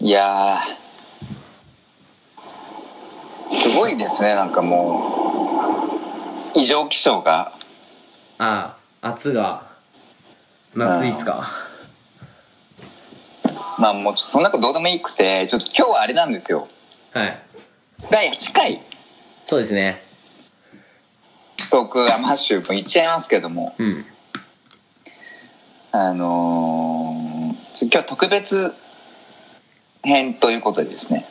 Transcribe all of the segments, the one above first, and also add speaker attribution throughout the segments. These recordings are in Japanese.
Speaker 1: いやー、すごいですね、なんかもう、異常気象が。
Speaker 2: ああ暑が夏いいっすか
Speaker 1: まあもうちょっとそんなことどうでもいいくて、ちょっと今日はあれなんですよ。
Speaker 2: はい
Speaker 1: 第8回、
Speaker 2: そうですね
Speaker 1: トークアムハッシュも言っちゃいますけども、
Speaker 2: うん
Speaker 1: あのー、ちょ今日特別編ということでですね。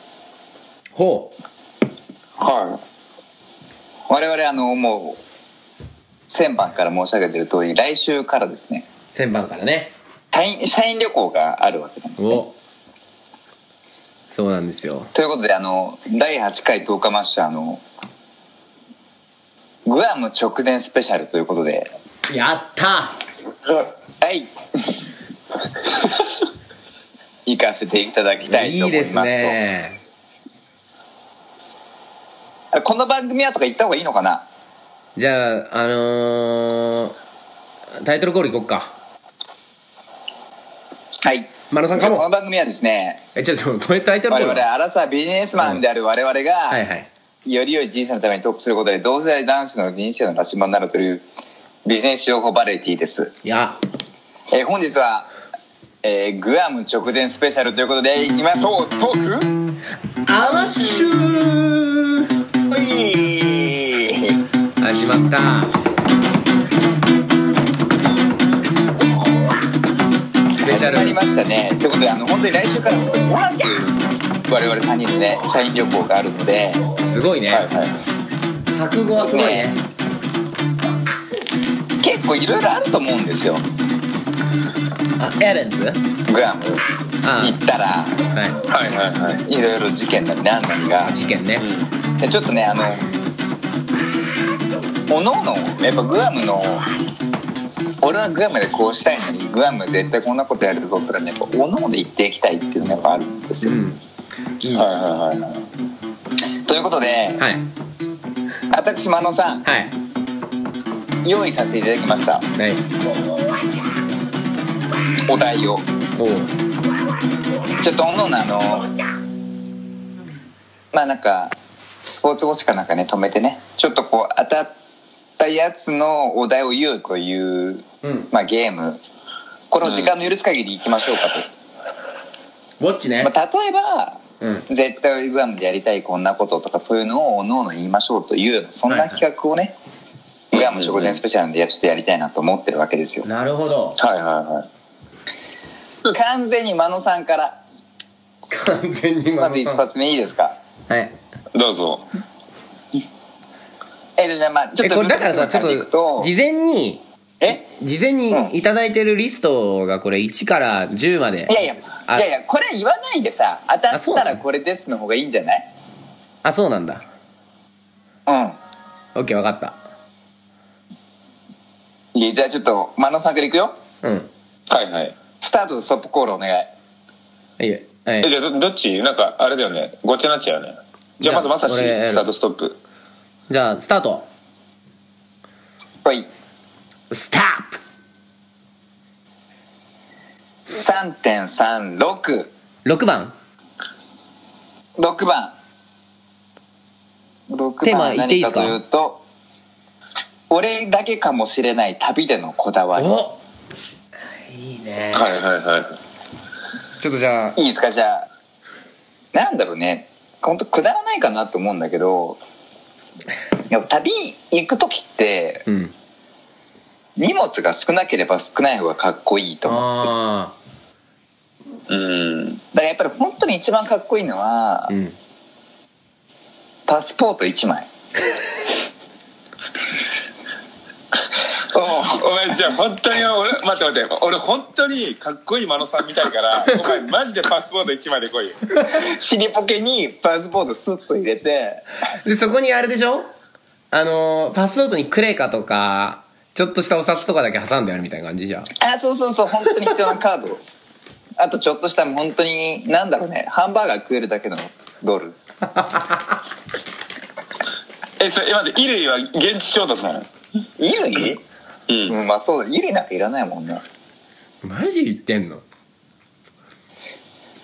Speaker 2: ほう
Speaker 1: はい。我々あの、もう、先番から申し上げてる通り、来週からですね、
Speaker 2: 千番からね
Speaker 1: 社員社員旅行があるわけなんですね。
Speaker 2: お そうなんですよ
Speaker 1: ということで、あの、第8回10日マッシュ、あの、グアム直前スペシャルということで、
Speaker 2: やった
Speaker 1: はい。 行かせていただきたいと
Speaker 2: いい
Speaker 1: 思い
Speaker 2: で
Speaker 1: ます
Speaker 2: す
Speaker 1: と
Speaker 2: ね
Speaker 1: あこの番組はとか言った方がいいのかな
Speaker 2: じゃああのー、タイトルコールいこっか
Speaker 1: はい。
Speaker 2: マロさんか
Speaker 1: この
Speaker 2: も
Speaker 1: 番組はですね、
Speaker 2: えちょっとこれタイトル
Speaker 1: 我
Speaker 2: コール
Speaker 1: 々、アラサービジネスマンである我々が、
Speaker 2: はいはい
Speaker 1: より良い人生のためにトークすることで同世代男子の人生の羅針盤になるというビジネス情報バラエティーです、
Speaker 2: いや
Speaker 1: えー本日は、えーグアム直前スペシャルということでいきましょうトーク
Speaker 2: アマッシュー始まったスペシャ
Speaker 1: 始まり
Speaker 2: ル
Speaker 1: ましたねということであの本当に来週から我々3人でね社員旅行があるので、
Speaker 2: すごいね、
Speaker 1: はいは
Speaker 2: 白語はすごいね
Speaker 1: い、結構いろいろあると思うんですよ
Speaker 2: あエレンズ
Speaker 1: グアム
Speaker 2: あ
Speaker 1: 行ったら
Speaker 2: はい
Speaker 1: はいはいはいいろいろ事件なりなんなりが
Speaker 2: 事件ね
Speaker 1: でちょっとねあのおのおのやっぱグアムの俺はグアムでこうしたいのにグアム絶対こんなことやるぞってのはねやっぱおのおので行っていきたいっていうのがやっぱあるんです
Speaker 2: う
Speaker 1: よ、
Speaker 2: んいい
Speaker 1: はい
Speaker 2: は
Speaker 1: はいはいということで
Speaker 2: いはい
Speaker 1: 私真野さん
Speaker 2: はい
Speaker 1: 用意させていただきましたお題を
Speaker 2: おう
Speaker 1: ちょっとおのおのあのまあなんかスポーツウォッチかなんかね止めてねちょっとこう当たったやつのお題を言うという
Speaker 2: うん
Speaker 1: まあ、ゲームこれを時間の許す限りいきましょうか
Speaker 2: ウォッチね
Speaker 1: と、まあ、例えば
Speaker 2: うん
Speaker 1: 絶対グアムでやりたいこんなこととかそういうのをおのおの言いましょうというそんな企画をね、グアム直前スペシャルでちょっとやりたいなと思ってるわけですよ、
Speaker 2: なるほど
Speaker 1: はいはいはい完全に真野さんから
Speaker 2: 完全に
Speaker 1: ま
Speaker 2: マ
Speaker 1: ず
Speaker 2: ず
Speaker 1: 一
Speaker 2: さん
Speaker 1: 発目いいですか
Speaker 2: はい
Speaker 3: どうぞ
Speaker 1: えっとじゃあまあちょ
Speaker 2: え
Speaker 1: っと
Speaker 2: これだからさち
Speaker 1: い
Speaker 2: ょっ
Speaker 1: く
Speaker 2: と事前に
Speaker 1: え
Speaker 2: 事前
Speaker 1: うん
Speaker 2: にいただいてるリストがこれ1から10まで
Speaker 1: いやいや
Speaker 2: あ
Speaker 1: いやいやこれ言わないでさ当た
Speaker 2: あ
Speaker 1: っ
Speaker 2: そう
Speaker 1: た
Speaker 2: な
Speaker 1: ら
Speaker 2: の
Speaker 1: これですの方がいいんじゃない
Speaker 2: あそうなんだ
Speaker 1: うん
Speaker 2: オッケー分かった
Speaker 1: いやじゃあちょっと真野さんからいくよ
Speaker 2: うん
Speaker 3: はいはい
Speaker 1: スタートとストップコールお願い
Speaker 2: いいよはい
Speaker 3: えじゃあどどっちなんかあれだよねごっちゃになっちゃうよねじゃあまずまさし
Speaker 2: いや俺
Speaker 3: スタートストップ
Speaker 2: じゃあスタート
Speaker 1: はい
Speaker 2: スタップ
Speaker 1: 3.366
Speaker 2: 6番
Speaker 1: 6番6
Speaker 2: テ
Speaker 1: 番
Speaker 2: ーマ
Speaker 1: は
Speaker 2: 言って
Speaker 1: 何
Speaker 2: いいで
Speaker 1: か
Speaker 2: すか
Speaker 1: というと俺だけかもしれない旅でのこだわり
Speaker 2: おいいね
Speaker 3: はいはいはい
Speaker 2: ちょっとじゃあ
Speaker 1: いいですかじゃあなんだろうね本当くだらないかなと思うんだけどやっぱ旅行く時って
Speaker 2: うん
Speaker 1: 荷物が少なければ少ない方がかっこいいと思う
Speaker 2: あ
Speaker 3: うん
Speaker 1: だからやっぱり本当に一番かっこいいのは
Speaker 2: あうん
Speaker 1: パスポート1枚 おう
Speaker 3: お前じゃあ本当に俺待って待って俺本当にかっこいい真野さんみたいから お前マジでパスポート1枚で来いよ
Speaker 1: 尻ポケにパスポートスッと入れて
Speaker 2: でそこにあれでしょあのーパスポートにクレカとかちょっとしたお札とかだけ挟んであるみたいな感じじゃん
Speaker 1: あそうそうそう本当に必要なカード あとちょっとした本当になんだろうねハンバーガー食えるだけのドル
Speaker 3: えそれえ待って衣類は現地調達なの
Speaker 1: 衣類
Speaker 3: うん
Speaker 1: うんまあそうだ衣類なんかいらないもんね
Speaker 2: マジ言ってんの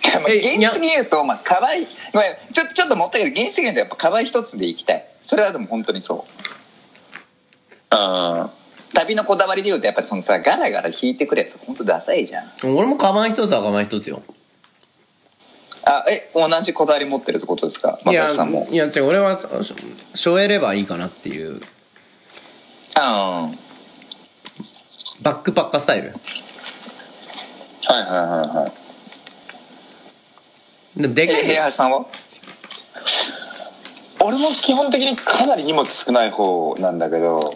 Speaker 1: まあ、
Speaker 2: えにゃ
Speaker 1: 原資源と、まあ、かわいごめんちょちょっと持ったけど原資源とやっぱかわい一つでいきたいそれはでも本当にそう
Speaker 3: あ
Speaker 1: 旅のこだわりで言うとやっぱりそのさガラガラ引いてくるやつ本当ダサいじゃん
Speaker 2: 俺もカバン一つはカバン一つよ。
Speaker 1: あえ同じこだわり持ってるってことですか
Speaker 2: い
Speaker 1: 松
Speaker 2: や
Speaker 1: 田さんも、
Speaker 2: いや違う、俺は、しょしょえればいいかなっていう、
Speaker 1: あうん
Speaker 2: バックパッカースタイル。
Speaker 3: ーはいはいはいはい
Speaker 2: でもでか
Speaker 1: え
Speaker 2: い
Speaker 1: 平
Speaker 2: よ。
Speaker 1: 原さんは
Speaker 3: 俺も基本的にかなり荷物少ない方なんだけど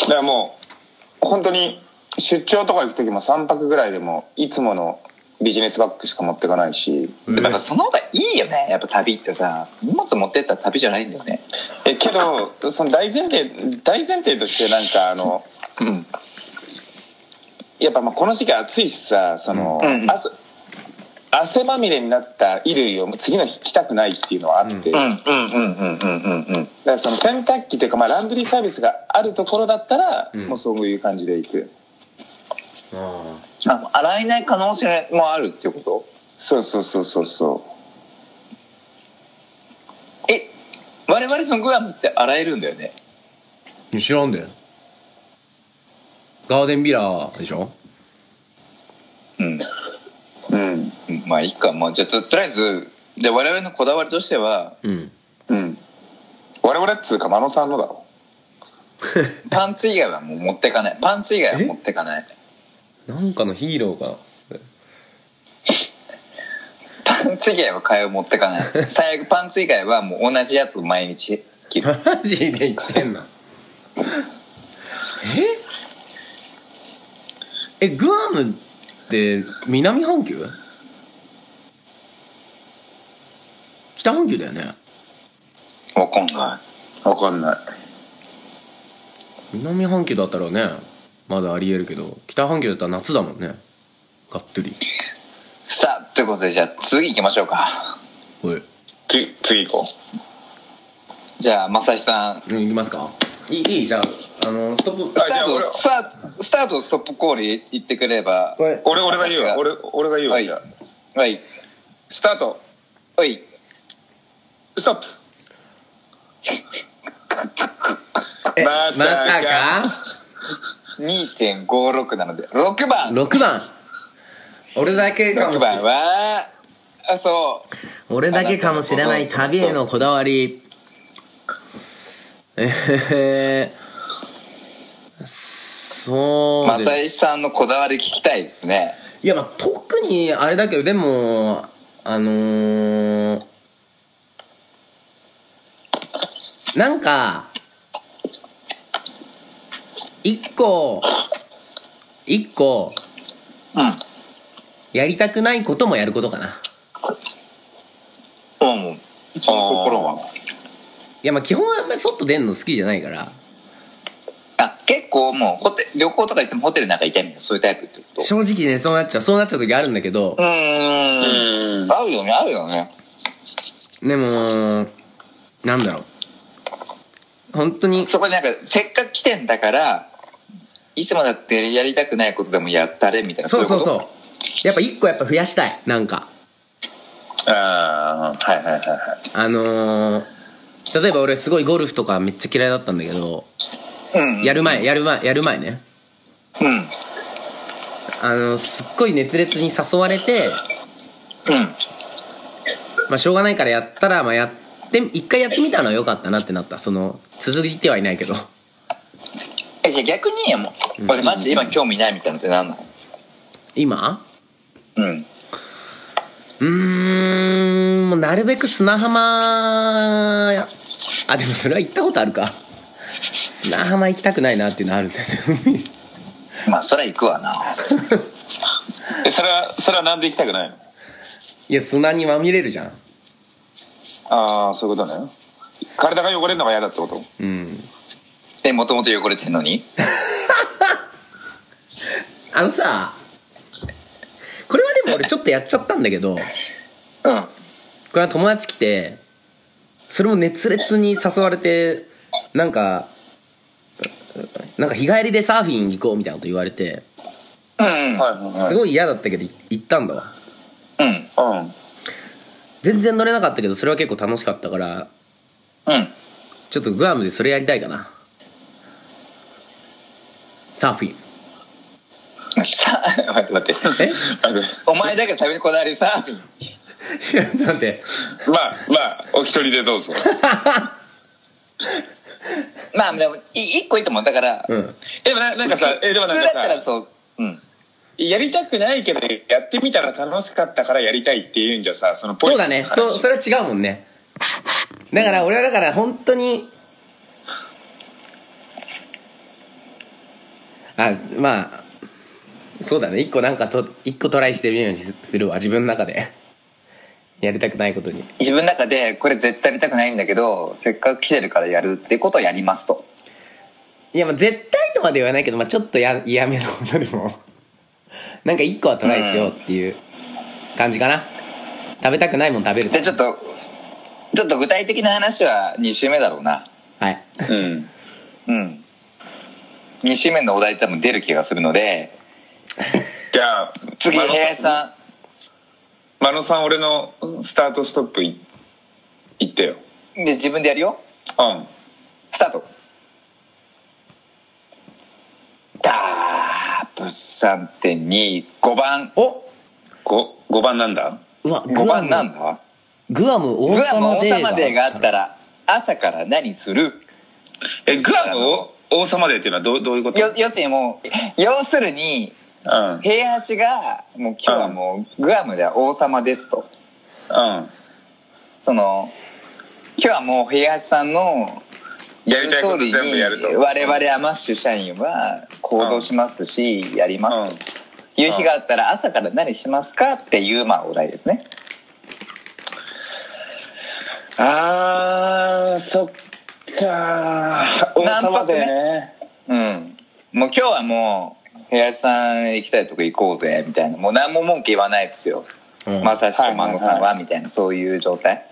Speaker 3: だからもう本当に出張とか行く時も3泊ぐらいでもいつものビジネスバッグしか持ってかないし
Speaker 1: でもやっぱその方がいいよねやっぱ旅ってさ荷物持ってったら旅じゃないんだよね
Speaker 3: えけどその大前提大前提としてなんかあの
Speaker 1: うん
Speaker 3: やっぱまあこの時期暑いしさその、
Speaker 1: うんうん
Speaker 3: 汗汗まみれになった衣類を次の日着たくないっていうのはあって、
Speaker 1: うんうんうん
Speaker 3: だか
Speaker 1: うんうんうんうん
Speaker 3: らその洗濯機というか、まあ、ランドリーサービスがあるところだったら、
Speaker 2: うん
Speaker 3: もうそういう感じでいく
Speaker 2: あ
Speaker 1: あもう洗えない可能性もあるっていうこ
Speaker 3: そうそうそうそうそ
Speaker 1: とえ我々のグアムって洗えるんだよね
Speaker 2: あ知らんで。ガーデンビラーでしょ
Speaker 1: うん
Speaker 3: ううん
Speaker 1: うんまあいいかまあじゃあととりあえずで我々のこだわりとしては
Speaker 2: うん。
Speaker 3: うん我々っつうか真野さんのだろ
Speaker 1: パンツ以外はもう持ってかないパンツ以外は持ってかない
Speaker 2: なんかのヒーローか。
Speaker 1: パンツ以外は替えを持ってか ない最悪パンツ以外はもう同じやつを毎日着る
Speaker 2: マジで言ってんのええグアムって南半球北半球だよね
Speaker 1: わかんな
Speaker 3: わかんない
Speaker 2: 南半球だったらねまだありえるけど北半球だったら夏だもんねがっつり
Speaker 1: いさあということでじゃあ次行きましょうか
Speaker 2: おい
Speaker 3: つ次行こ
Speaker 1: じゃあ正志さん
Speaker 2: うんいきますかいいいいじゃああのストップ
Speaker 1: ス
Speaker 3: あ
Speaker 1: タ
Speaker 3: じ
Speaker 1: ー
Speaker 3: ゃあ俺
Speaker 1: トスタートスタートストップコール言ってくれれば
Speaker 2: は
Speaker 3: う俺俺が言うわ俺俺が言うわ、
Speaker 1: はい
Speaker 3: じゃあ
Speaker 1: はい
Speaker 3: スタート
Speaker 1: はい
Speaker 3: ストップ
Speaker 2: え
Speaker 3: ま
Speaker 2: ま
Speaker 3: さか
Speaker 2: たか
Speaker 1: 2.56なので6番
Speaker 2: 6番俺だけか
Speaker 1: 6
Speaker 2: もしれ
Speaker 1: 番
Speaker 2: ない
Speaker 1: はあそう
Speaker 2: 俺だけかもしれない旅へのこだわりえーそうです
Speaker 1: 正井さんのこだわり聞きたいですね
Speaker 2: いやまあ特にあれだけどでもあのー、なんか一個一個
Speaker 1: うん
Speaker 2: やりたくないこともやることかな
Speaker 1: うんその心はい
Speaker 2: やまあ基本はあんまり外出んの好きじゃないから
Speaker 1: あ結構もうホテ旅行とか行ってもホテルなんかいたいみたいなそういうタイプってこと
Speaker 2: 正直ねそうなっちゃうそうなっちゃう時あるんだけど
Speaker 1: うーん
Speaker 3: うん
Speaker 1: 合うよね合うよね
Speaker 2: でもなんだろう本当に
Speaker 1: そこでなんかせっかく来てんだからいつもだってやりたくないことでもやったれみたいな
Speaker 2: そうそうそううやっぱ一個やっぱ増やしたいなんか
Speaker 3: ああはいはいはいはい
Speaker 2: あのー、例えば俺すごいゴルフとかめっちゃ嫌いだったんだけど
Speaker 1: そう、うん、
Speaker 2: やる前やる前やる前ね
Speaker 1: うんうん
Speaker 2: あのすっごい熱烈に誘われてまあしょうがないからやったらまあやって一回やってみたのは良かったなってなったその続いてはいないけど
Speaker 1: えじゃあ逆にもう俺マジで今興味ないみたいなのってなんの
Speaker 2: 今
Speaker 1: うん
Speaker 2: うーんもうなるべく砂浜やあでもそれは行ったことあるか砂浜行きたくないなっていうのあるんだよね
Speaker 1: まあそりゃ行くわな
Speaker 3: えそれはそれはなんで行きたくないの
Speaker 2: いや砂にまみれるじゃん
Speaker 3: ああそういうことね体が汚れるのが嫌だってこと
Speaker 2: うん
Speaker 1: えもともと汚れてんのに
Speaker 2: あのさこれはでも俺ちょっとやっちゃったんだけどこ
Speaker 1: うん
Speaker 2: れは友達来てそれも熱烈に誘われてなんかなんか日帰りでサーフィン行こうみたいなこと言われて
Speaker 1: うん
Speaker 3: はいはいはい
Speaker 2: すごい嫌だったけどい行ったんだわ
Speaker 1: うん
Speaker 3: うん
Speaker 2: 全然乗れなかったけどそれは結構楽しかったから
Speaker 1: うん
Speaker 2: ちょっとグアムでそれやりたいかなサーフィン
Speaker 1: さあ待って待って
Speaker 2: え
Speaker 1: あのお前だけ食べにこだわりさ
Speaker 2: いやなんで
Speaker 3: まあまあお一人でどうぞ
Speaker 1: まあでもい一個いいと思うだから、
Speaker 2: うん
Speaker 3: でもななんかさえでも
Speaker 1: 普
Speaker 3: なん
Speaker 1: 通
Speaker 3: か
Speaker 1: だったら
Speaker 3: さ
Speaker 1: そううん
Speaker 3: やりたくないけどやってみたら楽しかったからやりたいっていうんじゃさそのポ
Speaker 2: そ
Speaker 3: リ
Speaker 2: うだねそうそれは違うもんねだから俺はだから本当にあまあそうだね一個なんかと一個トライしてみるようにすするわ自分の中でやりたくないことに
Speaker 1: 自分の中でこれ絶対やりたくないんだけどせっかく来てるからやるってことをやりますと
Speaker 2: いやまあ絶対とまでは言わないけど、まあ、ちょっとや嫌めのことでも なんか一個はトライしようっていう感じかな食べたくないもん食べる
Speaker 1: じゃあちょっとちょっと具体的な話は2週目だろうな
Speaker 2: はい
Speaker 3: うん
Speaker 1: うん2週目のお題多分出る気がするので
Speaker 3: じゃあ
Speaker 1: 次
Speaker 3: マノ
Speaker 1: 林さ
Speaker 3: マノさん俺のスタートストップい言ってよ
Speaker 1: んで自分でやるよ
Speaker 3: うん
Speaker 1: スタートダープ3.25番
Speaker 2: お
Speaker 3: 5, 5番なんだ
Speaker 2: うわ
Speaker 1: 5番なんだ
Speaker 2: グアム
Speaker 1: グ
Speaker 2: 王
Speaker 1: アム
Speaker 2: 様
Speaker 1: 王
Speaker 2: デ
Speaker 1: 様デー
Speaker 2: ー
Speaker 1: があったら朝から何する
Speaker 3: えグアムを王様デーっていうのはどうどういうこと
Speaker 1: よ要するにもう要するに
Speaker 3: うんうん
Speaker 1: 平八がもう今日はもうグアムでは王様ですとその今日はもう平八さんの
Speaker 3: やりたいこと全部やると
Speaker 1: 言う通りに我々アマッシュ社員は行動しますし、やり
Speaker 3: う
Speaker 1: ます
Speaker 3: ん
Speaker 1: という日があったら朝から何しますかっていうまあお題ですね
Speaker 3: あーそっかー王様デーね
Speaker 1: うんもう今日はもう平八さん行きたいとこ行こうぜみたいなもう何も文句言わないですよ
Speaker 2: うん
Speaker 1: まさしとまのさんはみたいなそういう状態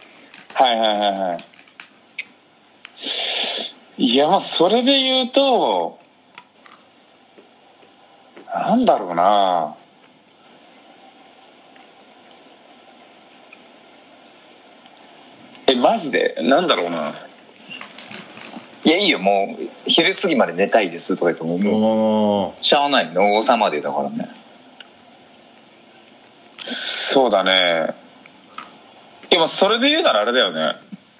Speaker 3: はいはいはいはいいやまあそれで言うとなんだろうなえマジでなんだろうない
Speaker 1: やいいよもう昼過ぎまで寝たいですとか言ってももう
Speaker 2: おー
Speaker 1: しゃあないの王様でだからね
Speaker 3: そうだねいやまあそれで言うならあれだよね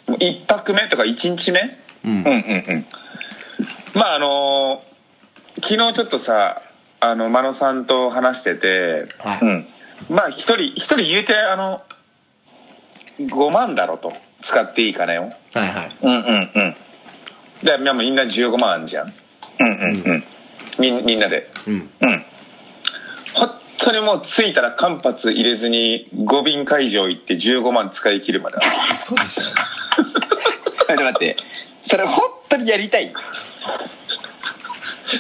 Speaker 3: もう一泊目とか一日目
Speaker 2: うん
Speaker 1: うんうんうん
Speaker 3: まああの昨日ちょっとさあの真野さんと話してて
Speaker 2: はい、
Speaker 1: うん
Speaker 3: まあ一人一人言うてあの5万だろと使っていい金を
Speaker 2: はいはい
Speaker 1: うんうんうん
Speaker 3: でまあみんな15万あんじゃん
Speaker 1: うんうんうん
Speaker 3: みんみんなで
Speaker 2: うん
Speaker 1: うん
Speaker 3: 本当にもう着いたら間髪入れずに5便会場行って15万使い切る まで
Speaker 2: そうでしょ
Speaker 1: 待って待ってそれ本当にやりたい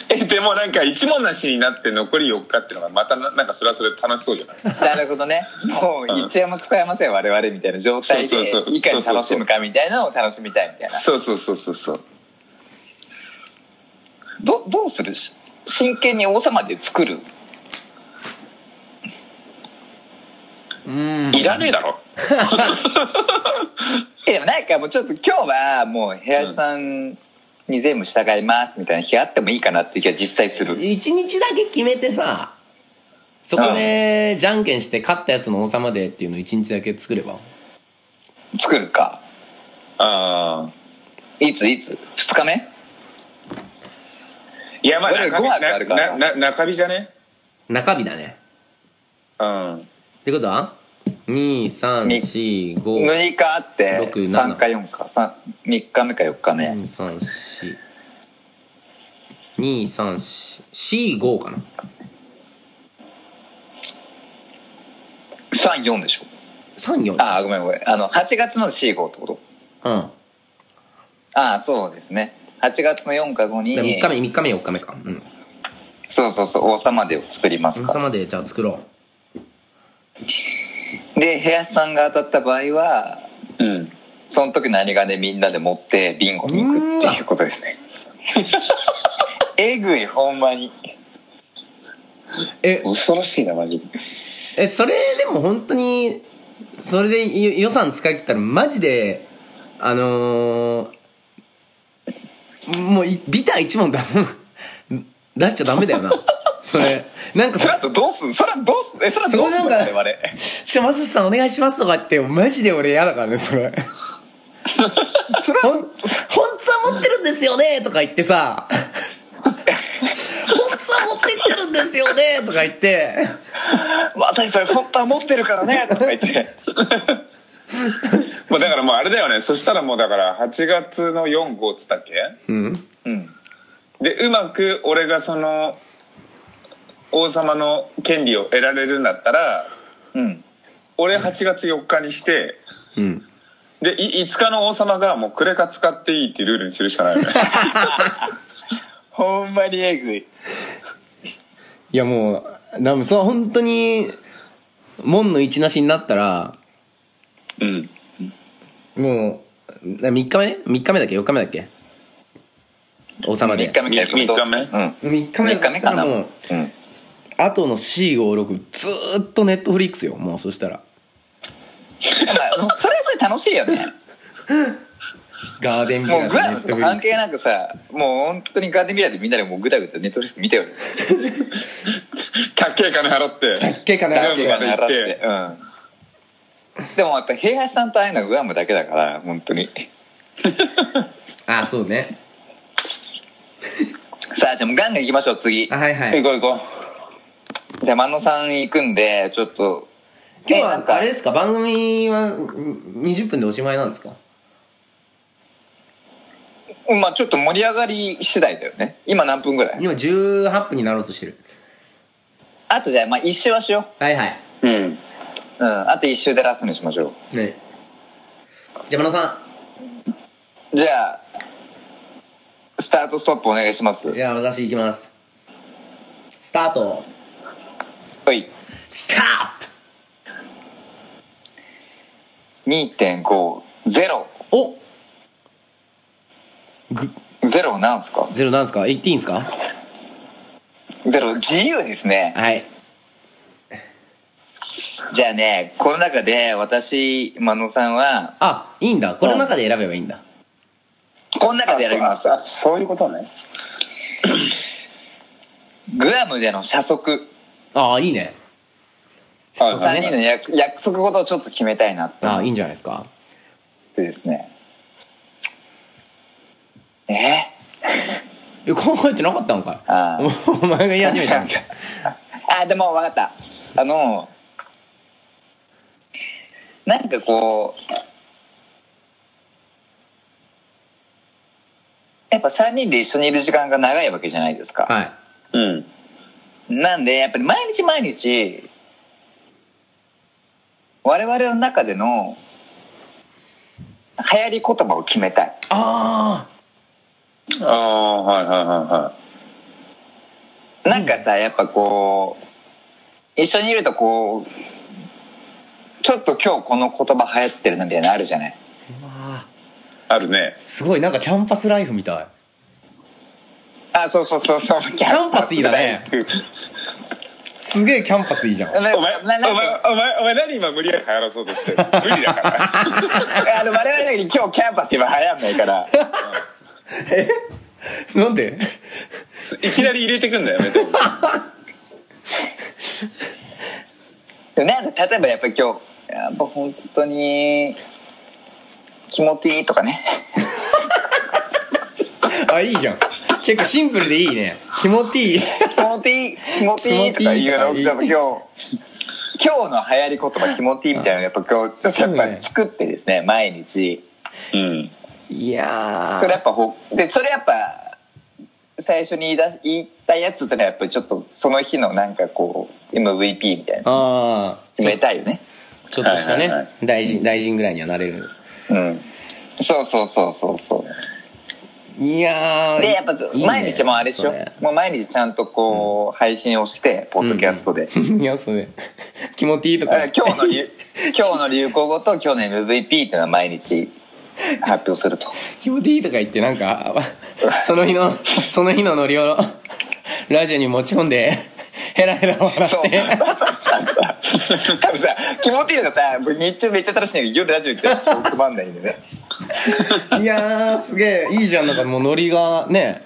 Speaker 3: えでもなんか一文なしになって残り4日っていうのがまたななんかそれはそれで楽しそうじゃ ない
Speaker 1: なるほどねもう一円も使えません我々みたいな状態で
Speaker 3: そうそうそう
Speaker 1: いかに楽しむかみたいなのを楽しみたいみたいな
Speaker 3: そうそうそうそうそう
Speaker 1: どどうするし真剣に王様で作る
Speaker 2: うん
Speaker 3: いらねえだろ
Speaker 1: えでもなんかもうちょっと今日はもう部屋さんに全部従いますみたいな日あってもいいかなって気は実際する
Speaker 2: 一日だけ決めてさそこでじゃんけんして勝ったやつの王様デーっていうのを一日だけ作れば
Speaker 1: 作るか
Speaker 3: ああ
Speaker 1: いついつ2日目
Speaker 3: いやまあ
Speaker 1: 俺
Speaker 3: 中日
Speaker 1: 5泊あるから
Speaker 3: なな中日じゃね
Speaker 2: 中日だね
Speaker 3: うん
Speaker 2: ってことは2345
Speaker 1: 6日あって
Speaker 2: 六七
Speaker 1: 3か4か3三日目か4日目、
Speaker 2: 234234かな
Speaker 1: 34でしょ
Speaker 2: 34
Speaker 1: ああごめんごめんあの8月の45ってこと
Speaker 2: うん
Speaker 1: ああそうですね8月の4か5に
Speaker 2: 3日目3日目4日目かうん
Speaker 1: そうそうそう王様でを作ります
Speaker 2: 王
Speaker 1: か
Speaker 2: 様デーじゃあ作ろ
Speaker 1: で部屋さんが当たった場合は
Speaker 3: うん
Speaker 1: その時何がねみんなで持ってビンゴに行くっていうことですねえぐいほんまに
Speaker 2: うえ
Speaker 3: 恐ろしいなマジで
Speaker 2: えそれでも本当にそれで予予算使い切ったらマジであのーもういビター一問出さな出しちゃダメだよなそれなんか
Speaker 1: そ
Speaker 2: そ
Speaker 1: れあとどうすんそれはどうすんえそれはどうすん
Speaker 2: そこ
Speaker 1: の
Speaker 2: なんか
Speaker 1: 我々
Speaker 2: ちょマスシさんお願いしますとかってマジで俺嫌だからねそれ
Speaker 1: それ
Speaker 2: ほ
Speaker 1: は
Speaker 2: ん本当は持ってるんですよねとか言ってさ本当は持ってきてるんですよねとか言って
Speaker 1: 私それ本当は持ってるから ねとか言って
Speaker 3: まあだからもうあれだよねそしたらもうだから8月の45っつったっけ
Speaker 2: うん
Speaker 1: うん
Speaker 3: でうまく俺がその王様の権利を得られるんだったら
Speaker 1: うん
Speaker 3: 俺8月4日にして
Speaker 2: うん
Speaker 3: でい5日の王様がもうクレカ使っていいっていうルールにするしかないよね
Speaker 1: ほんまにえぐい
Speaker 2: いやもう、なんそれは本当に、門の一なしになったら、
Speaker 3: うん
Speaker 2: もう、な3日目 ?3 日目だっけ ?4 日目だっけ王様で。
Speaker 1: 3日目
Speaker 3: み三日目
Speaker 1: うん
Speaker 2: 3日目
Speaker 1: 3日
Speaker 2: だし
Speaker 1: 目
Speaker 2: た
Speaker 1: からな
Speaker 2: もう、
Speaker 1: うん
Speaker 2: 後の C56 ずーっとネットフリックスよ、もうそしたら。
Speaker 1: まあそれはそれ楽しいよね
Speaker 2: ガーデンビ
Speaker 1: も
Speaker 2: ラ
Speaker 1: うグラム
Speaker 2: でネッ
Speaker 1: と
Speaker 2: ト
Speaker 1: か
Speaker 2: フリッ
Speaker 1: 関
Speaker 2: クス
Speaker 1: 係。なくさもう本当にガーデンビラでみんなでもうグダグダネットフリックス見たよね
Speaker 3: 高え金払って
Speaker 2: だっけかな
Speaker 1: ガー
Speaker 3: ラム
Speaker 1: デン
Speaker 3: まで
Speaker 1: ビ
Speaker 3: 行
Speaker 1: ラって
Speaker 3: っ
Speaker 1: てうんでもやっぱ平八さんと会えるのはグアムだけだから本当に
Speaker 2: あ、そうね。
Speaker 1: さあじゃあもうガンガン行きましょう次
Speaker 2: あはいは
Speaker 3: 行
Speaker 2: い。
Speaker 3: こう行こ
Speaker 1: じゃあ万野さん行くんでちょっと
Speaker 2: 今
Speaker 1: え
Speaker 2: 日
Speaker 1: なん
Speaker 2: は、
Speaker 1: か
Speaker 2: あれですか、番組はん20分でおしまいなんですか
Speaker 1: まあちょっと盛り上がり次第だよね今何分ぐらい
Speaker 2: 今18分になろうとしてる。
Speaker 1: あとじゃあまあ一周はしよ
Speaker 2: はいはい。
Speaker 3: ううん
Speaker 1: ううんあと一周でラストにしましょ
Speaker 2: ね。じゃあ、真野さん。
Speaker 1: うじゃあスタートストップお願いします
Speaker 2: じゃあ私行きますスタート
Speaker 1: はい
Speaker 2: スタ
Speaker 1: 2.50
Speaker 2: ートおぐ
Speaker 1: ゼロなんすか
Speaker 2: ゼロなんですか言っていいんですか
Speaker 1: ゼロ自由ですね
Speaker 2: はい
Speaker 1: じゃあねこの中で私真野さんは
Speaker 2: あいいんだこの中で選べばいいんだ
Speaker 1: この中で選びます
Speaker 3: ああそういうことね
Speaker 1: グアムでの社速
Speaker 2: ああいいね
Speaker 3: は
Speaker 2: そ
Speaker 3: い
Speaker 2: う
Speaker 3: は
Speaker 2: だ
Speaker 1: 3
Speaker 2: ね
Speaker 1: 人の約約束事をちょっと決めたいなと
Speaker 2: あ
Speaker 1: 思
Speaker 2: あ
Speaker 1: っ
Speaker 2: いいんじゃないですか
Speaker 1: てですねえ
Speaker 2: え考えてなかったのかい
Speaker 1: あ
Speaker 2: お前が言い始めたの
Speaker 1: あでも分かったあのなんかこうやっぱ3人で一緒にいる時間が長いわけじゃないですか、
Speaker 2: はい
Speaker 3: うん
Speaker 1: なんでやっぱり毎日毎日我々の中での流行り言葉を決めたい
Speaker 2: あ
Speaker 3: ああはいはいはいはい
Speaker 1: なんかさやっぱこう一緒にいるとこうちょっと今日この言葉流行ってるなみたいなのあるじゃない
Speaker 2: ーうわ
Speaker 3: あるね
Speaker 2: ーすごいなんかキャンパスライフみたい
Speaker 1: あそうそうそうそうキ
Speaker 2: キャンパスいいだねすげえキャンパスいいじゃん
Speaker 1: お前
Speaker 3: お前お前お前お前何今無理やり流行らそうとしてる無理だから
Speaker 1: あの我々の時に今日キャンパス今流行んないから
Speaker 2: なんで
Speaker 3: いきなり入れてくんだよやめて
Speaker 1: でもなんか例えばやっぱり今日やっぱ本当に気持ちいいとかね
Speaker 2: あいいじゃん結構シンプルでいいね気持ちいい
Speaker 1: 気持ちいい気持ちいいとか言うの
Speaker 2: 気持ちいい
Speaker 1: やっぱ今日今日の流行り言葉気持ちいいみたいなのやっぱ今日ちょっとやっぱ作ってですね毎日
Speaker 3: うん
Speaker 2: いやー
Speaker 1: それやっぱほでそれやっぱ最初に言い出し言いたいやつってのはやっぱりちょっとその日のなんかこう MVP みたいな
Speaker 2: ああ
Speaker 1: 決めたいよね
Speaker 2: ちょっとした
Speaker 3: は
Speaker 2: ね
Speaker 3: いはいは
Speaker 2: 大臣大臣ぐらいにはなれる
Speaker 1: うんそうそうそうそうそう
Speaker 2: いやー
Speaker 1: でやっぱ
Speaker 2: いいね
Speaker 1: 毎日もあれでしょ
Speaker 2: それ
Speaker 1: もう毎日ちゃんとこう配信をしてポッドキャストで、
Speaker 2: いやそれ気持ちいいと
Speaker 1: だか
Speaker 2: から
Speaker 1: 今日の 流今日の流行語と今日の MVP っていうのは毎日発表すると
Speaker 2: 気持ちいいとか言 ってなんか その日のその日のノリをラジオに持ち込んでヘラヘラ笑
Speaker 1: そう
Speaker 2: って
Speaker 1: 多分さ気持ちいいのさ僕日中めっちゃ楽しいんだけど夜ラジオ行ったら超つまんないんで ね
Speaker 2: いやーすげえいいじゃんなんかもうノリがね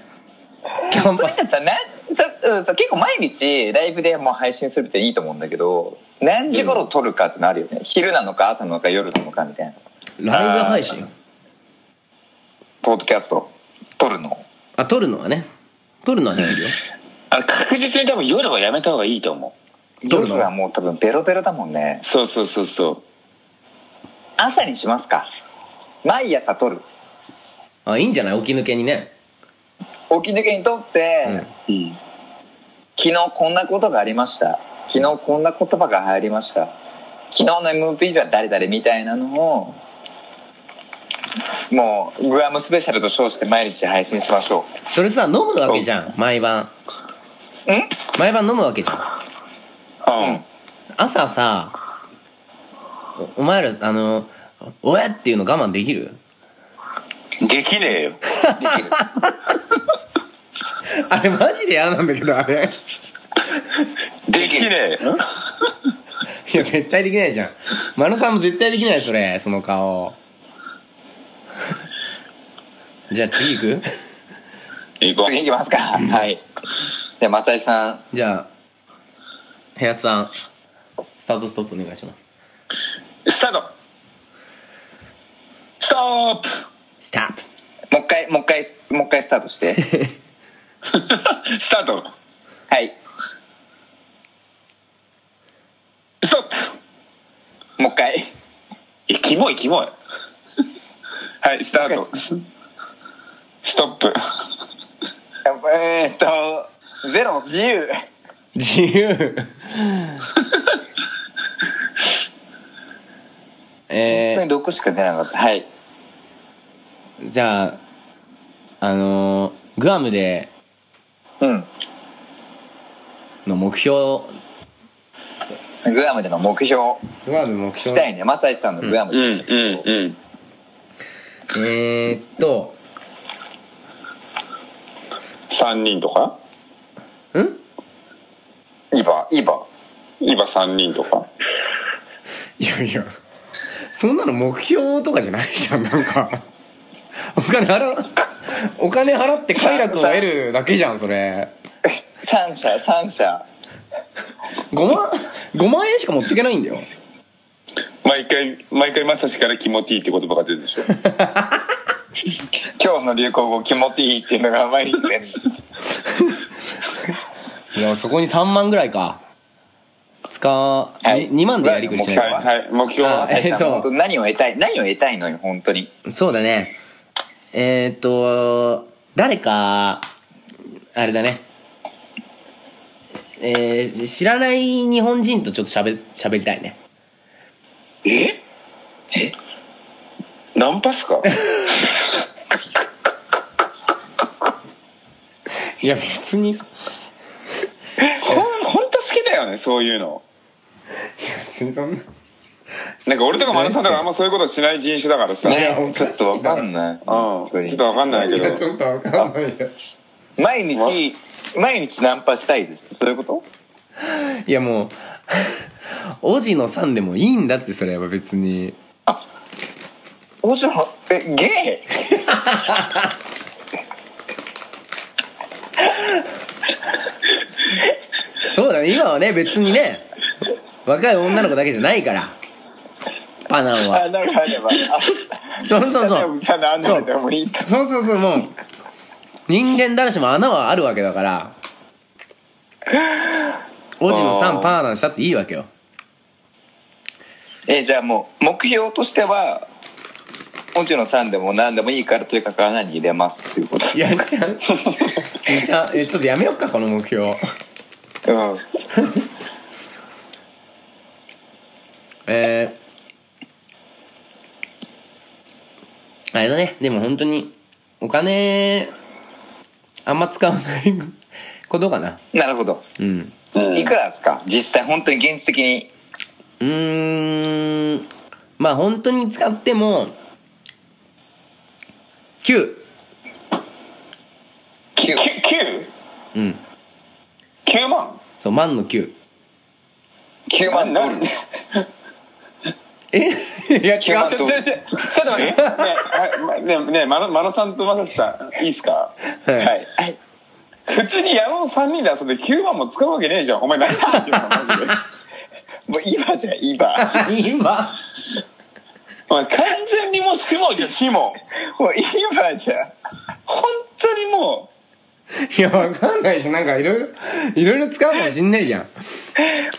Speaker 2: キャン
Speaker 1: それ
Speaker 2: パス
Speaker 1: さなさ、うん、さ結構毎日ライブでもう配信するっていいと思うんだけど何時頃撮るかってのあるよね、昼なのか朝なのか夜なのかみたいな
Speaker 2: ライブ配信
Speaker 1: ポッドキャスト撮るの
Speaker 2: あ撮るのはね撮るのはできるよ
Speaker 3: あ確実に多分夜はやめた方がいいと思
Speaker 2: 撮るの
Speaker 1: 夜はもう多分ベロベロだもんね
Speaker 3: うそうそうそうそ
Speaker 1: 朝にしますか毎朝撮る
Speaker 2: あいいんじゃない起き抜けにね
Speaker 1: 起き抜けに撮って、
Speaker 2: うん
Speaker 3: ううん
Speaker 1: 昨日こんなことがありました昨日こんな言葉が入りました昨日の MVP は誰々みたいなのをもうグアムスペシャルと称して毎日配信しましょ
Speaker 2: それさ飲むわけじゃん毎晩
Speaker 1: ううん
Speaker 2: 毎晩飲むわけじゃん
Speaker 3: うん
Speaker 2: 朝さおお前らあの「おえ!」っていうの我慢できる
Speaker 3: できねえよ
Speaker 2: あれマジで嫌なんだけどあれ
Speaker 3: できねえよ
Speaker 2: いや絶対できないじゃん真野さんも絶対できないそれその 顔じゃあ次行く
Speaker 3: 行こう
Speaker 1: 次いきますかはいじゃあ松井さん
Speaker 2: じゃあ部屋さんスタートストップお願いします
Speaker 3: スタートストップ
Speaker 2: スタップ
Speaker 1: もう一回もう一回もう一回スタートして
Speaker 3: スタート
Speaker 1: はい
Speaker 3: ストップ
Speaker 1: もう一回
Speaker 3: えキモいキモいはいスタートストップ
Speaker 1: えーっとゼロ自由
Speaker 2: 自 由え
Speaker 1: 本当に6しか出なかったはい
Speaker 2: ー、じゃああのー、グアムで
Speaker 1: うん
Speaker 2: の目標
Speaker 1: グアムでの目標
Speaker 2: グアム目
Speaker 1: 聞き
Speaker 2: 標
Speaker 1: たいね松井さんのグアム
Speaker 3: う
Speaker 1: での
Speaker 3: んう
Speaker 1: 目標
Speaker 3: んうん
Speaker 2: えー、っと
Speaker 3: 3人とか
Speaker 2: ん
Speaker 1: 今今
Speaker 3: 今3人とか
Speaker 2: いやいやそんなの目標とかじゃないじゃんなんかお金払うお金払って快楽を得るだけじゃんそれ
Speaker 1: 三社三社
Speaker 2: 5万5万 円しか持ってけないんだよ
Speaker 3: 毎回毎回まさしから気持ちいいって言葉が出るでし ょ
Speaker 1: 今日の流行語気持ちいいっていうのが毎日ね
Speaker 2: いやそこに3万ぐらいか使わ、
Speaker 1: はい
Speaker 2: 2万でやりくりし
Speaker 1: は
Speaker 2: な
Speaker 3: はいい
Speaker 2: と
Speaker 3: はい目標は
Speaker 2: あえ
Speaker 1: 松
Speaker 2: っと
Speaker 1: 井さん本当何を得たい何を得たいのよ本当に
Speaker 2: そうだねえー、っと誰かあれだねえー、知らない日本人とちょっとしゃべりたいね
Speaker 3: ええナンパっすか
Speaker 2: いや別にそ
Speaker 3: ほんほんと好きだよねそういうの
Speaker 2: 別にそんな
Speaker 3: なんか俺とかマ野さんとかあんまそういうことしない人種だからさ、
Speaker 2: ね
Speaker 1: ねちょっとわかんないうん
Speaker 3: うん、ちょっとわかんないけど
Speaker 2: ょっとわかんない
Speaker 1: 毎日毎日ナンパしたいですってそういうこと
Speaker 2: いやもう おじのさんでもいいんだってそれは別に
Speaker 1: おじゃえゲ
Speaker 2: そうだね今はね別にね若い女の子だけじゃないからパナン
Speaker 1: イ
Speaker 2: は
Speaker 1: あなんかあればあ
Speaker 2: そうそうそ
Speaker 1: お
Speaker 2: う
Speaker 1: じさんの案内でもいいか
Speaker 2: そうそうそうもう人間誰しも穴はあるわけだからおじのさ
Speaker 3: あ
Speaker 2: ん
Speaker 3: ー
Speaker 2: パーナンしたっていいわけよ
Speaker 1: えじゃあもう目標としてはおじのさんでも何でもいいからとにかく穴に入れますっていうこと
Speaker 2: いや違うじゃあえちょっとやめよっかこの目標
Speaker 1: うん
Speaker 2: えー、あれだね、でも本当に、お金、あんま使わないことかな。
Speaker 1: なるほど
Speaker 2: うん。
Speaker 3: うん
Speaker 1: いくらですか実際本当に現実的に
Speaker 2: うーん、まあ本当に使っても、9!
Speaker 1: 9
Speaker 3: 9?9
Speaker 2: うん。
Speaker 3: 万
Speaker 2: そう万の9
Speaker 1: 9万ドル。
Speaker 2: え いや違
Speaker 1: 9万
Speaker 2: う
Speaker 3: ちょちょちょちょっと待ってねはいねねまのまのさんとまさしさんいいっすか
Speaker 2: はい
Speaker 3: い、はい普通に山の3人で遊んで9万も使うわけねえじゃんお前何言ってんのマジでもう今じゃん今
Speaker 2: 今
Speaker 3: お前完全にもうシモじゃんシモもう今じゃん本当にも
Speaker 2: いやわかんないしなんかいろいろいろいろ使うかもしんないじゃん
Speaker 3: う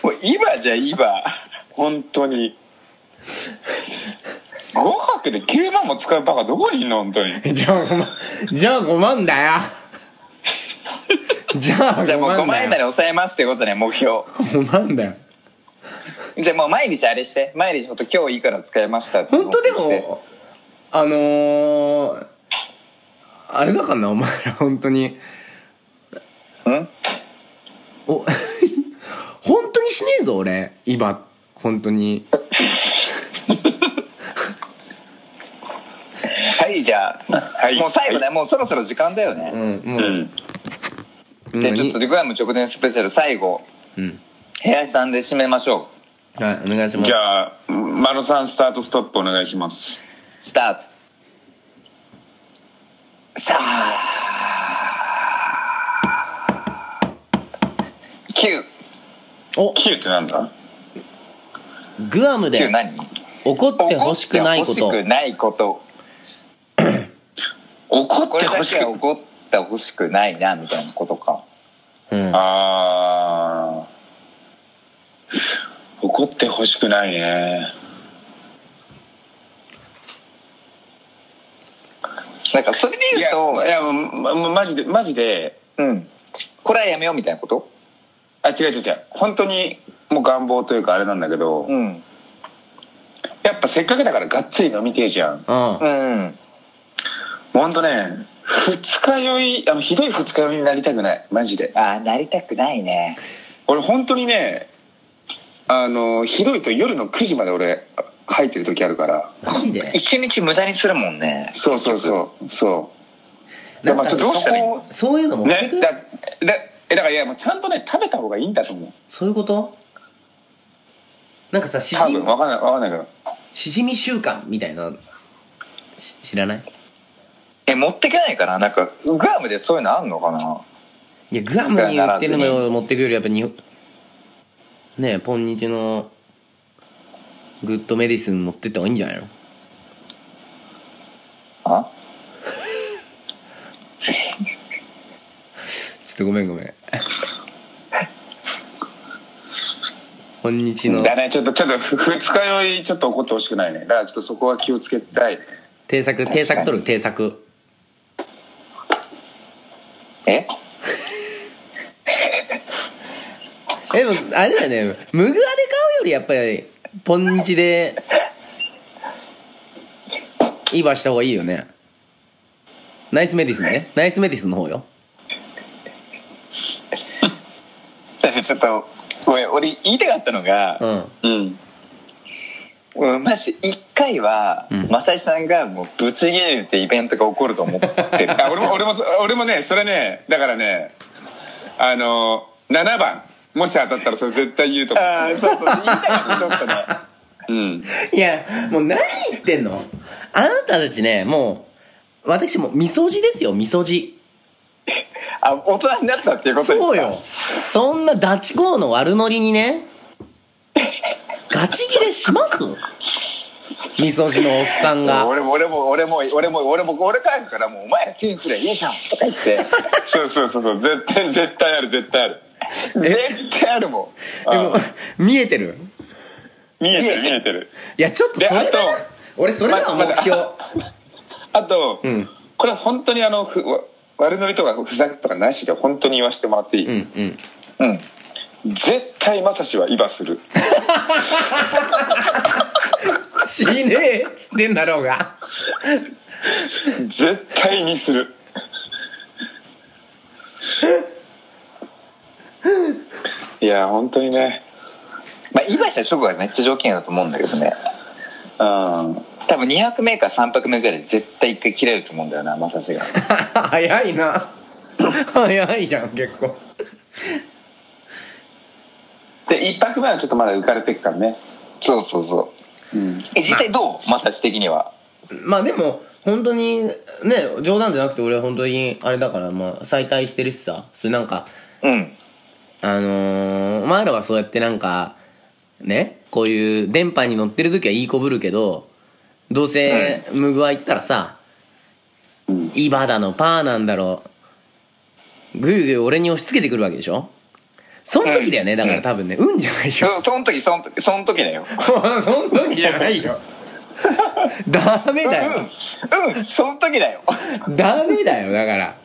Speaker 3: もう今じゃ ん今本当に5泊で9万も使うバカどこにいんの本当に
Speaker 2: じゃあ5万じゃあ5万だよじゃあ
Speaker 1: じゃあ
Speaker 2: 5
Speaker 1: もう5
Speaker 2: 万
Speaker 1: 万円な
Speaker 2: だ
Speaker 1: り
Speaker 2: よ
Speaker 1: 抑えますってことね、目標。
Speaker 2: 5万だよ
Speaker 1: じゃあもう毎日あれして、毎日ほんと今日いいから使いましたって持
Speaker 2: 本
Speaker 1: ってき
Speaker 2: 当
Speaker 1: て。
Speaker 2: でもあのー、あれだからなお前ら本当に
Speaker 1: うん
Speaker 2: お 本当にしねえぞ俺今本当に
Speaker 1: はい、じゃあ、
Speaker 3: い
Speaker 1: もう最後ね、もうそろそろ時間だよ
Speaker 2: う
Speaker 1: ね。
Speaker 2: んもう、
Speaker 3: うん
Speaker 2: うん
Speaker 1: じゃあちょっと、リクラム直前スペシャル最後、
Speaker 2: うん
Speaker 1: 部屋さんで締めましょ
Speaker 2: はいお願いします
Speaker 3: じゃあマロさんスタートストップお願いします
Speaker 1: う。スタート。さあ。9。
Speaker 2: お
Speaker 3: キューってなんだ
Speaker 2: グアムで
Speaker 1: 9何
Speaker 2: 怒ってほしくないこ
Speaker 1: 怒って
Speaker 2: と
Speaker 1: ほしくないこと。
Speaker 3: 怒っ
Speaker 1: こ
Speaker 3: て
Speaker 1: れだ
Speaker 3: ほし
Speaker 1: け
Speaker 3: く
Speaker 1: は怒ってほしくないな、みたいなことか。
Speaker 2: うん
Speaker 3: ああ怒ってほしくないね
Speaker 1: なんかそれで
Speaker 3: い
Speaker 1: 言
Speaker 3: や
Speaker 1: うと
Speaker 3: い、やままマジでマジで
Speaker 1: うん。これはやめようみたいなこと
Speaker 3: あ違う違う違う本当にもう願望というかあれなんだけど、
Speaker 1: うん。
Speaker 3: やっぱせっかくだからがっつり飲みてえじゃんも
Speaker 2: う
Speaker 1: う
Speaker 2: ん
Speaker 1: ん。
Speaker 3: うほんとね二日酔いあのひどい二日酔いになりたくないマジで
Speaker 1: ああ、なりたくないね。
Speaker 3: 俺本当にねあのひどいと夜の9時まで俺入ってる時あるから
Speaker 2: マジで
Speaker 1: 一日無駄にするもんね。
Speaker 3: そうそうそうそう
Speaker 2: なん
Speaker 3: ま
Speaker 2: か
Speaker 3: あちょっと
Speaker 1: どうしたらいいの
Speaker 3: そこを
Speaker 2: そういうのも
Speaker 3: ね、だだえだからいやもうちゃんとね食べた方がいいんだと思う
Speaker 2: そういうことなんかさし
Speaker 3: 多
Speaker 2: じ
Speaker 3: 分わかんないわかんないけど
Speaker 2: しじみ習慣みたいなし知らない
Speaker 1: え、持ってけないかななんか、グアムでそういうのあんのかない
Speaker 2: やグアムに売ってるのを持ってくよりやっぱにねえポンニチのグッドメディスン持ってった方がいいんじゃないの
Speaker 1: あ
Speaker 2: ちょっとごめんごめんポンニチの
Speaker 3: だねちょっとちょっとふ二日酔いちょっと怒ってほしくないねだからちょっとそこは気をつけたい
Speaker 2: 定作定作取る定作
Speaker 1: え
Speaker 2: えでもあれだよねムグアで買うよりやっぱりポンニチでイバした方がいいよねナイスメディスンねナイスメディスンの方よ
Speaker 1: ちょっと、ごめん、俺言いたかったのが、
Speaker 2: うん
Speaker 3: うん
Speaker 1: うん、マジ一回は、
Speaker 2: うん
Speaker 1: マサイさんがもうぶち切れるってイベントが起こると思ってる。
Speaker 3: あ俺も俺もそ俺もねそれねだからねあの7番もし当たったらそれ絶対言うと思
Speaker 1: ああ、そうそう、言いたかった、ちょっとね。
Speaker 3: ううん
Speaker 2: いやもう何言ってんのあなたたちねもう私もうみそじですよみそじ
Speaker 1: あ、大人になったっていうことですか
Speaker 2: そうよそんなダチ公の悪ノリにねガチギレしますみそじのおっさんが
Speaker 1: 俺も俺も俺も俺も俺も俺帰るからもうお前らセンスでいいじゃんとか言って
Speaker 3: そうそうそうそう絶対絶対ある絶対ある
Speaker 1: 絶対あるも
Speaker 2: でも見えてる
Speaker 3: 見えてる見えてる
Speaker 2: いやちょっとそれ
Speaker 3: で
Speaker 2: だ
Speaker 3: あ
Speaker 2: な
Speaker 3: と
Speaker 2: 俺それだわ
Speaker 3: ま
Speaker 2: 目
Speaker 3: ま
Speaker 2: 標
Speaker 3: あと、
Speaker 2: うん
Speaker 3: これ本当にあのふわ悪ノリとかふざけとかなしで本当に言わせてもらっていい、
Speaker 2: うんうん
Speaker 1: んうん
Speaker 3: 絶対まさしは今する
Speaker 2: 死ねえっつってんだろうが
Speaker 3: 絶対にするいや本当にね
Speaker 1: まあ今した直後はめっちゃ条件だと思うんだけどね
Speaker 3: うん
Speaker 1: 多分2泊目か3泊目ぐらいで絶対一回切れると思うんだよなまさしが
Speaker 2: 早いな早いじゃん結構
Speaker 3: で一泊目はちょっとまだ浮かれてっからね
Speaker 1: そうそうそう
Speaker 3: うん
Speaker 1: うえ実際どうまさし的には
Speaker 2: まあでも、本当に、ね、冗談じゃなくて俺は本当に、あれだから、まあ、再退してるしさ、それなんか、
Speaker 1: うん
Speaker 2: あのー、お前らはそうやってなんか、ね、こういう電波に乗ってる時はいい子ぶるけど、どうせ、ムグワ行ったらさ、
Speaker 3: うん
Speaker 2: イバだの、パーなんだろう、ぐいぐい俺に押し付けてくるわけでしょその時だよね、
Speaker 1: うん
Speaker 2: だから多分ね、うんじゃないよ。
Speaker 1: そその時その時その時だよ
Speaker 2: そん時じゃないよ。ダメだよ。
Speaker 1: うんうんその時だよ
Speaker 2: ダメだよ、だから。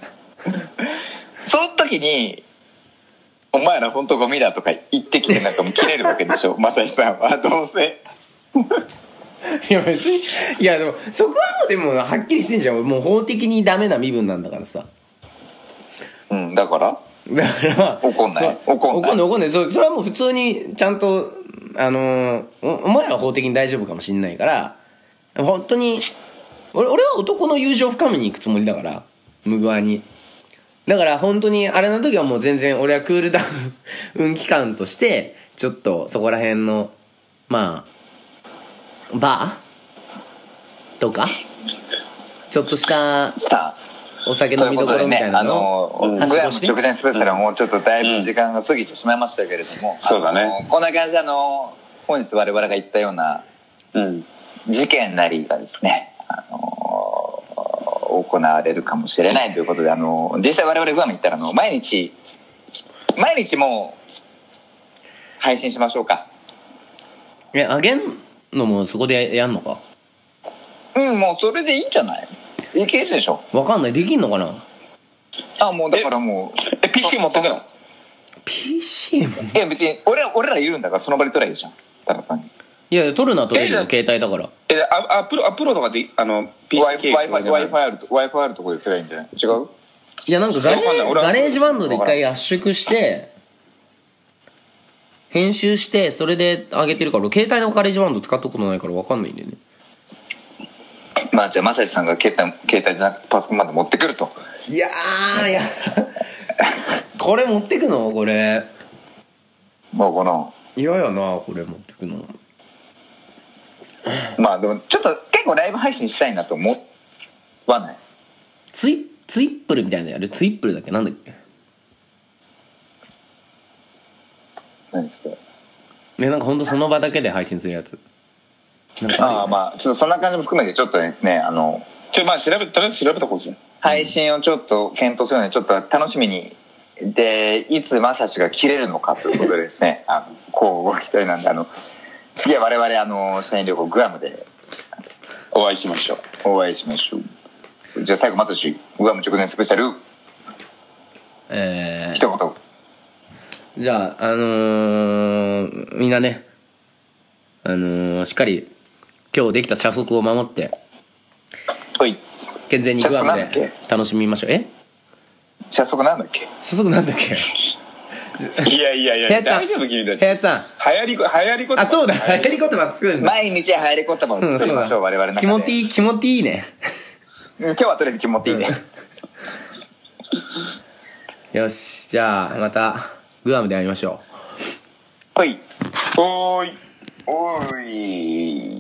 Speaker 1: その時に「お前ら本当ゴミだ」とか言ってきてなんかもう切れるわけで しょまさしさんはどうせ
Speaker 2: いや別に、いやでも、そこはもうでも、はっきりしてんじゃん。もう法的にダメな身分なんだからさ。
Speaker 1: うんだから
Speaker 2: だから、
Speaker 1: 怒んない
Speaker 2: そう
Speaker 1: 怒んない
Speaker 2: 怒んない、怒んない。そそれはもう普通に、ちゃんと、あのーお、お前らは法的に大丈夫かもしんないから、本当に、俺俺は男の友情を深めに行くつもりだから、ムグワに。だから本当に、あれの時はもう全然、俺はクールダウン 期間として、ちょっとそこら辺の、まあ、バーとか、ちょっとした
Speaker 1: さあ
Speaker 2: お酒
Speaker 1: と
Speaker 2: 飲
Speaker 1: いう
Speaker 2: み
Speaker 1: こ
Speaker 2: どことろ
Speaker 1: で
Speaker 2: み
Speaker 1: ね
Speaker 2: たいな
Speaker 1: あ
Speaker 2: のを。
Speaker 1: の
Speaker 3: うん
Speaker 1: 僕らも直前スペシャルはもうちょっとだいぶ
Speaker 3: うん
Speaker 1: 時間が過ぎてしまいましたけれども、
Speaker 3: そうだね
Speaker 1: あのこんな感じであの本日我々が言ったような
Speaker 3: うん
Speaker 1: 事件なりがですね、あの行われるかもしれないということで、あの実際我々グアム行ったらあの毎日毎日もう配信しましょうか
Speaker 2: え、あげんのもそこでやんのか
Speaker 1: うんもうそれでいいんじゃないいいケースでしょ
Speaker 2: わかんない。できんのかな
Speaker 1: あもうだからもう
Speaker 3: え PC 持ってくの
Speaker 2: ?PC も
Speaker 1: いや別に俺ら俺らいるんだからその場で取ればいいじゃんただ単に
Speaker 2: いやいや、取るな取れるよ、
Speaker 3: え
Speaker 2: 携帯だから。
Speaker 3: えアアップロアップロードがであの PC 経
Speaker 1: Wi-Fi
Speaker 3: 由とかじゃない
Speaker 1: Wi-Fi あると Wi-Fi あるところですればいいんじゃない違う
Speaker 2: いや、なんかガレ
Speaker 3: わかんない
Speaker 2: ー
Speaker 3: 俺は
Speaker 2: ガレージバンドで一回圧縮して、編集して、それで上げてるから、俺携帯のガレージバンド使ったことないからわかんないんだよね。
Speaker 1: まあじゃあ正志さんが携帯携帯じゃなくてパソコンまで持ってくると
Speaker 2: いやー、いや、これ持ってくのこれ。
Speaker 1: もうこの
Speaker 2: 嫌やな、これ持ってくの。
Speaker 1: まあでもちょっと結構ライブ配信したいなと思わない
Speaker 2: ツイ、ツイップルみたいなのやるツイップルだっけなんだっけ
Speaker 1: 何ですか
Speaker 2: ね、なんかほんとその場だけで配信するやつ。なんか
Speaker 1: ああまあちょっとそんな感じも含めてちょっとですねあの
Speaker 3: ちょまあ調べとりあえず調べとこうぜ
Speaker 1: 配信をちょっと検討するのでちょっと楽しみにでいつ正志が切れるのかということでです ねあのこうご期待なんであの次は我々あの社員旅行グアムで
Speaker 3: お会いしましょう
Speaker 1: お会いしましょうじゃあ最後正志グアム直前スペシャル
Speaker 2: えー
Speaker 1: 一言
Speaker 2: じゃあ、あのー、みんなね、あのー、しっかり、今日できた社則を守って、
Speaker 1: はい
Speaker 2: 健全にグア
Speaker 1: 社
Speaker 2: ム
Speaker 1: 則なん
Speaker 2: で
Speaker 1: だ
Speaker 2: 楽しみましょう。え
Speaker 1: 早速なんだっけ
Speaker 2: 社則なんだっ け
Speaker 3: いやいやい
Speaker 2: 部屋
Speaker 3: や
Speaker 2: さん。
Speaker 3: 大丈夫君たち
Speaker 2: 部
Speaker 3: 流
Speaker 2: 屋さん。
Speaker 3: 行りこ流行りこ
Speaker 2: あ、そうだ、流行り言葉作るんだ。
Speaker 1: 毎日流行り言葉を
Speaker 2: うん、
Speaker 1: 作
Speaker 2: そ
Speaker 1: り
Speaker 2: う
Speaker 1: ましょう、我々の中
Speaker 2: だ。気
Speaker 1: で
Speaker 2: 持ちいい、気持ちいいね。
Speaker 1: うん今日はとりあえず気持ちいいね、
Speaker 2: よし、じゃあ、また、グアムで会いましょう。
Speaker 1: はい
Speaker 3: おーい
Speaker 1: おーい